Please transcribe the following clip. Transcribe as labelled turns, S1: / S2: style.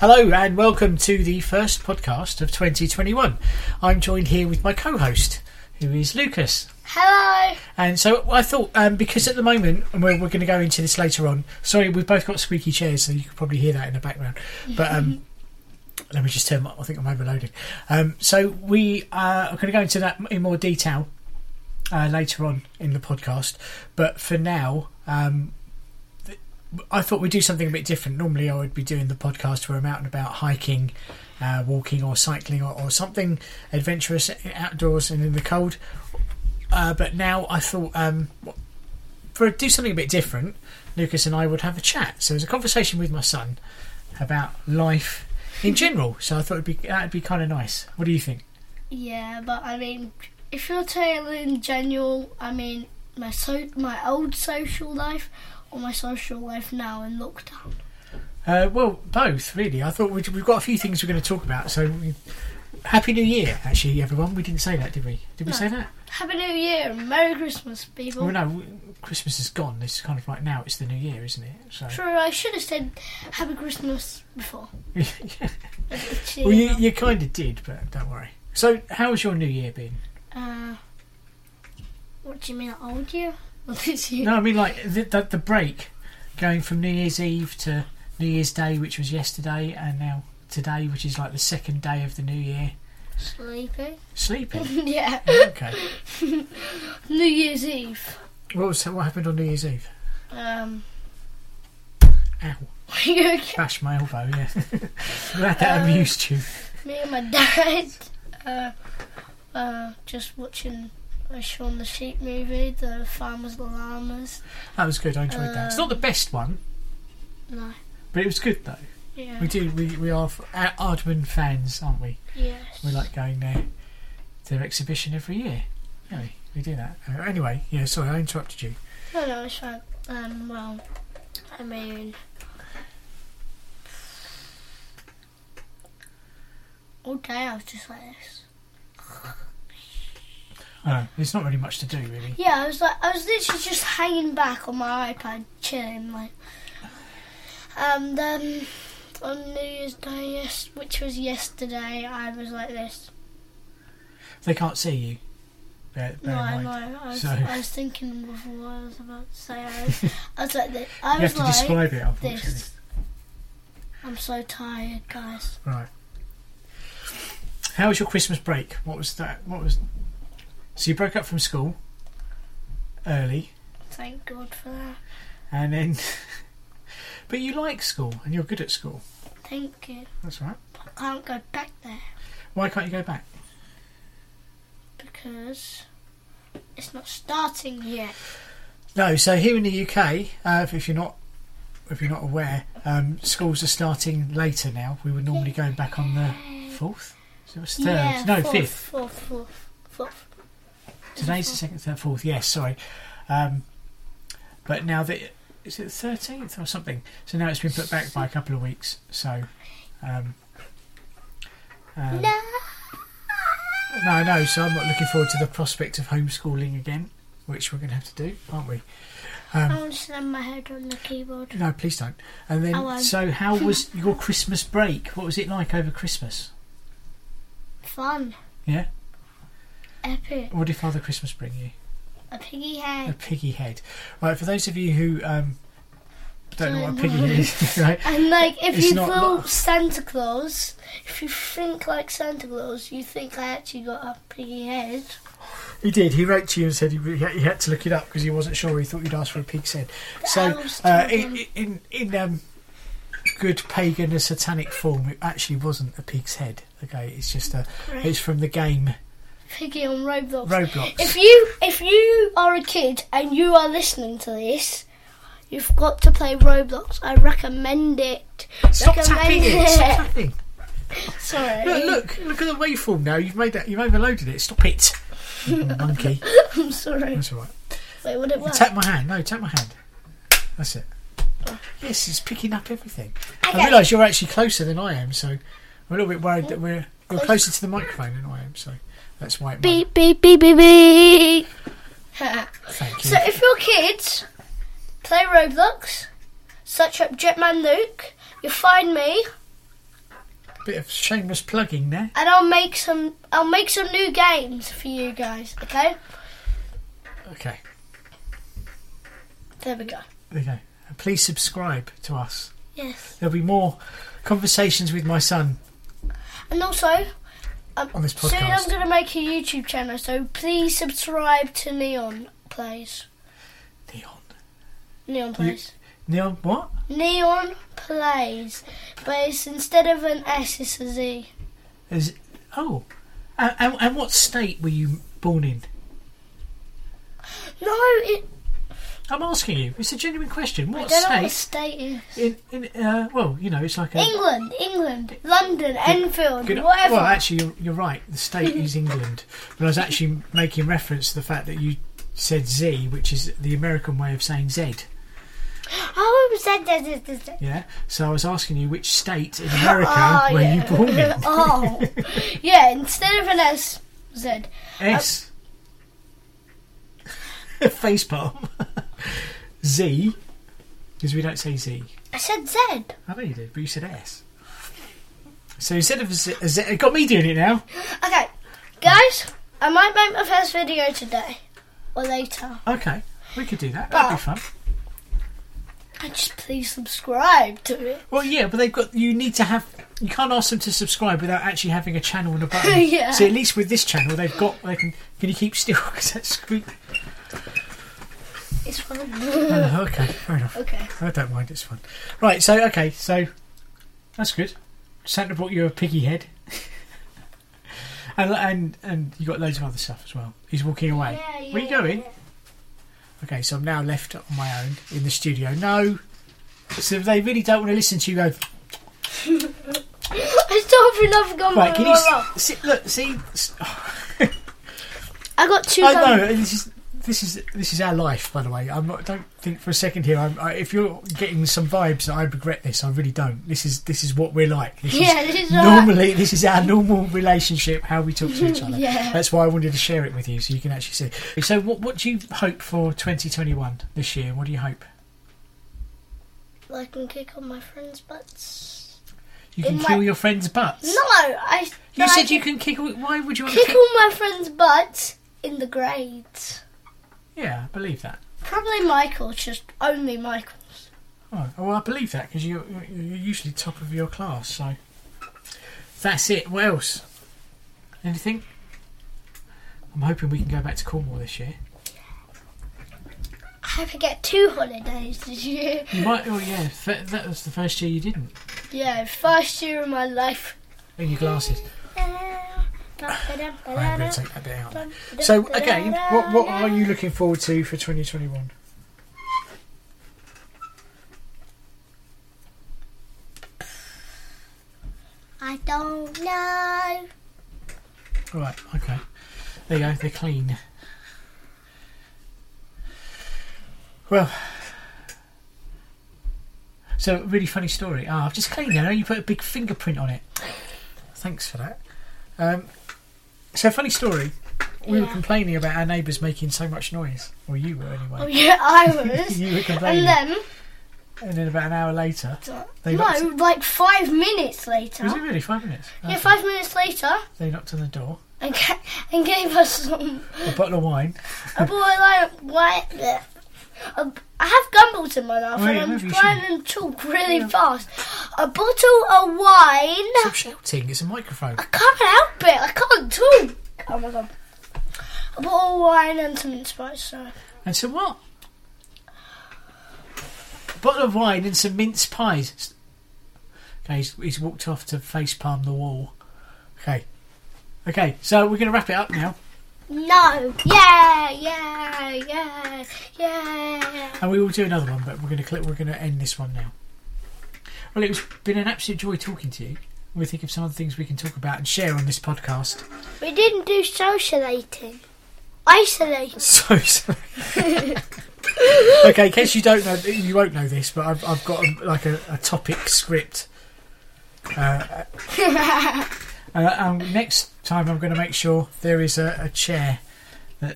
S1: Hello and welcome to the first podcast of 2021. I'm joined here with my co-host, who is Lucas.
S2: Hello.
S1: And so I thought, um, because at the moment, and we're, we're going to go into this later on. Sorry, we've both got squeaky chairs, so you can probably hear that in the background. But um, let me just turn. My, I think I'm overloaded. Um, so we uh, are going to go into that in more detail uh, later on in the podcast. But for now, um, th- I thought we'd do something a bit different. Normally, I would be doing the podcast where I'm out and about hiking, uh, walking, or cycling, or, or something adventurous outdoors and in the cold. Uh, but now I thought um, for do something a bit different, Lucas and I would have a chat. So there's a conversation with my son about life in general. So I thought it'd be that'd be kind of nice. What do you think?
S2: Yeah, but I mean, if you're telling in general, I mean, my so my old social life or my social life now in lockdown.
S1: Uh, well, both really. I thought we'd, we've got a few things we're going to talk about. So we, happy New Year, actually, everyone. We didn't say that, did we? Did we
S2: No.
S1: say that?
S2: Happy New Year and Merry Christmas, people.
S1: Well, no. w- Christmas is gone. This is kind of like now. It's the New Year, isn't it? So.
S2: True, I should have said Happy Christmas before. Actually,
S1: well, you,
S2: no.
S1: you kind of did, but don't worry. So, how's your New Year been?
S2: Uh, what do you mean, old year? Or this year?
S1: No, I mean like the, the, the break, going from New Year's Eve to New Year's Day, which was yesterday, and now today, which is like the second day of the new year.
S2: Sleeping.
S1: Sleeping.
S2: yeah.
S1: okay.
S2: New Year's Eve.
S1: What was what happened on New Year's Eve?
S2: Um.
S1: Ow!
S2: you okay?
S1: Bash my elbow. Yeah. Glad that amused you.
S2: Me and my dad, uh, uh, just watching a Shaun the Sheep movie, The Farmers and the Llamas.
S1: That was good. I enjoyed that. It's not the best one,
S2: No,
S1: but it was good though.
S2: yeah,
S1: We do. We we are f- Ar- Ardman fans, aren't we?
S2: yes.
S1: We like going there to their exhibition every year. Yeah, we, we do that. Uh, anyway, yeah. Sorry, I interrupted you.
S2: No, no, it's fine. Um, well, I mean, all day I was just like this.
S1: Oh, there's not really much to do, really.
S2: Yeah, I was like, I was literally just hanging back on my iPad, chilling, like. And then on New Year's Day, yes, which was yesterday, I was like this.
S1: They can't see you. Bear, bear
S2: No,
S1: in
S2: I
S1: mind.
S2: know. I was,
S1: So-
S2: I was thinking before I was about to say. I was, I was like, this. I
S1: You have
S2: was
S1: to
S2: like
S1: describe it, unfortunately.
S2: this. I'm so tired, guys.
S1: Right. How was your Christmas break? What was that? What was? So you broke up from school early,
S2: Thank God for that.
S1: and then, but you like school and you're good at school.
S2: Thank you.
S1: That's all right.
S2: I can't go back there
S1: Why can't you go back?
S2: because it's not starting yet.
S1: No. So here in the UK, uh, if, if you're not, if you're not aware, um, schools are starting later now. We were normally going back on the fourth. So it was third.
S2: Yeah,
S1: no,
S2: fourth,
S1: fifth.
S2: Fourth, fourth, fourth.
S1: Today's the second, third, fourth. Yes, sorry. Um, but now that is it the thirteenth or something? So now it's been put back by a couple of weeks. So um, um,
S2: No.
S1: no, no. So I'm not looking forward to the prospect of homeschooling again, which we're going to have to do, aren't we? um,
S2: I want to slam my head on the keyboard.
S1: No, please don't. And then,
S2: I won't.
S1: so how was your Christmas break? What was it like over Christmas?
S2: Fun,
S1: Yeah.
S2: epic,
S1: What did Father Christmas bring you?
S2: a piggy
S1: A
S2: head.
S1: piggy head. Right. For those of you who um, don't know what a
S2: Don't
S1: piggy
S2: know.
S1: head is, right?
S2: And like, if
S1: It's
S2: you
S1: not
S2: thought
S1: like-
S2: Santa Claus, if you think like Santa Claus, you think I actually got a piggy head.
S1: He did. He wrote to you and said he, he had- he had to look it up because he wasn't sure. He thought you'd asked for a pig's head. So,
S2: elves
S1: uh,
S2: told
S1: in
S2: him.
S1: in, in um, good pagan and satanic form, it actually wasn't a pig's head. Okay, it's just a.
S2: Right.
S1: It's from the game
S2: Piggy on Roblox.
S1: Roblox.
S2: If you if you are a kid and you are listening to this, you've got to play Roblox. I recommend it.
S1: Stop
S2: recommend
S1: tapping it. Stop tapping.
S2: Sorry.
S1: Look, look, look at the waveform now. You've made that. You've overloaded it. Stop it, monkey.
S2: I'm sorry.
S1: That's all right.
S2: Wait, would it work?
S1: Tap my hand. No, tap my hand. That's it. Yes, it's picking up everything. I
S2: Okay.
S1: realise you're actually closer than I am, so I'm a little bit worried that we're you're closer to the microphone than I am, so that's why it might.
S2: beep beep beep beep beep.
S1: Thank you.
S2: So if your kids play Roblox, search up Jetman Luke, you'll find me,
S1: bit of shameless plugging there.
S2: and I'll make some. I'll make some new games for you guys. Okay,
S1: Okay,
S2: there we go.
S1: there you go. And please subscribe to us.
S2: Yes,
S1: There'll be more conversations with my son
S2: and also um,
S1: on this
S2: soon I'm
S1: podcast.
S2: going to make a YouTube channel. So please subscribe to Neon Plays.
S1: Neon.
S2: Neon Plays.
S1: Neon, what?
S2: Neon Plays, but it's instead of an S, it's a Z.
S1: Is oh, and, and, and what state were you born in?
S2: No, it,
S1: I'm asking you. It's a genuine question.
S2: I
S1: What
S2: don't know what the
S1: state?
S2: state is.
S1: In, in uh, well, you know, it's like a.
S2: England, England, London, Enfield,
S1: Good-
S2: whatever.
S1: Well, actually, you're, you're right. The state is England, but I was actually making reference to the fact that you said Z, which is the American way of saying Z.
S2: oh, it said that. that- that- that.
S1: Yeah. So I was asking you which state in America
S2: Oh,
S1: were
S2: yeah.
S1: you born in?
S2: oh, yeah. Instead of an S, Z.
S1: S. Face palm. Z, because we don't say Z.
S2: I said Z.
S1: I know you did, but you said S. So instead of a Z, a Z it got me doing it now.
S2: Okay, guys, I might make my first video today or later.
S1: Okay, we could do that.
S2: Ah.
S1: That'd be fun.
S2: And just please subscribe to it.
S1: Well, yeah, but they've got. You need to have. You can't ask them to subscribe without actually having a channel and a button.
S2: Yeah.
S1: So at least with this channel, they've got. They can. Can you keep still? Because that's squeak.
S2: It's fun.
S1: Oh, okay, fair enough.
S2: okay.
S1: I don't mind. It's fun. Right. So okay. So that's good. Santa brought you a piggy head. And, and and you got loads of other stuff as well. He's walking away. Where you going? Okay, so I'm now left on my own in the studio. No, so if they really don't want to listen to you. Go
S2: I still have enough gum.
S1: right. Can you
S2: roll up.
S1: s- sit, look? See, s-
S2: I got two.
S1: I
S2: gum-
S1: know Uh, this is this is this is our life. By the way, I'm not. Don't think for a second here. I'm, I, if you're getting some vibes, that I regret this. I really don't. This is this is what we're like. This
S2: Yeah,
S1: Is,
S2: this is right.
S1: Normally, this is our normal relationship, how we talk to each other.
S2: Yeah.
S1: That's why I wanted to share it with you, so you can actually see. So, what what do you hope for 2021 this year? What do you hope?
S2: I can kick on my friends' butts.
S1: You can
S2: In my-
S1: kill your friends' butts.
S2: No, I.
S1: You
S2: I
S1: said you can kick. all- Why would you want to
S2: kick all my friends' butts in the grades.
S1: Yeah, I believe that.
S2: Probably Michael's, just only Michael's.
S1: Oh, well, I believe that because you're, you're usually top of your class. So that's it. What else? Anything? I'm hoping we can go back to Cornwall this year.
S2: I hope I get two holidays this year.
S1: You might. Oh yeah, th- that was the first year you didn't.
S2: Yeah, first year of my life.
S1: In your glasses. I am going to take that bit out. So again, what what are you looking forward to for 2021?
S2: I don't know.
S1: All right. Okay. There you go. They're clean. Well. So, a really funny story. Ah, I've just cleaned it. I know you put a big fingerprint on it. Thanks for that. Um, so, funny story. We were
S2: Yeah.
S1: complaining about our neighbours making so much noise. Or you were,
S2: Oh
S1: anyway.
S2: yeah, I was.
S1: you were complaining.
S2: and then,
S1: and then about an hour later. They knocked-
S2: no, like five minutes later.
S1: Was it really five minutes?
S2: Yeah,
S1: Okay.
S2: five minutes later,
S1: They knocked on the door.
S2: and, ga- and gave us some
S1: A bottle of wine.
S2: A boy like white. bleh. A- I have gumballs in my mouth
S1: Oh, yeah,
S2: and
S1: maybe
S2: I'm
S1: you
S2: trying to talk really fast. A bottle of wine.
S1: Stop shouting. It's a microphone.
S2: I can't help it. I can't talk. Oh my god. A bottle of wine and some spice. So.
S1: And some what? A bottle of wine and some mince pies. Okay, he's, he's walked off to face palm the wall. Okay. Okay, so we're going to wrap it up now.
S2: No. Yeah. Yeah. Yeah. Yeah.
S1: And we will do another one, but we're going to clip, we're going to end this one now. Well, it's been an absolute joy talking to you. We think of some other things we can talk about and share on this podcast.
S2: We didn't do socialating. Isolating.
S1: So sorry. okay, in case you don't know, you won't know this, but I've, I've got a, like a, a topic script. Uh, uh, um, next time, I'm going to make sure there is a, a chair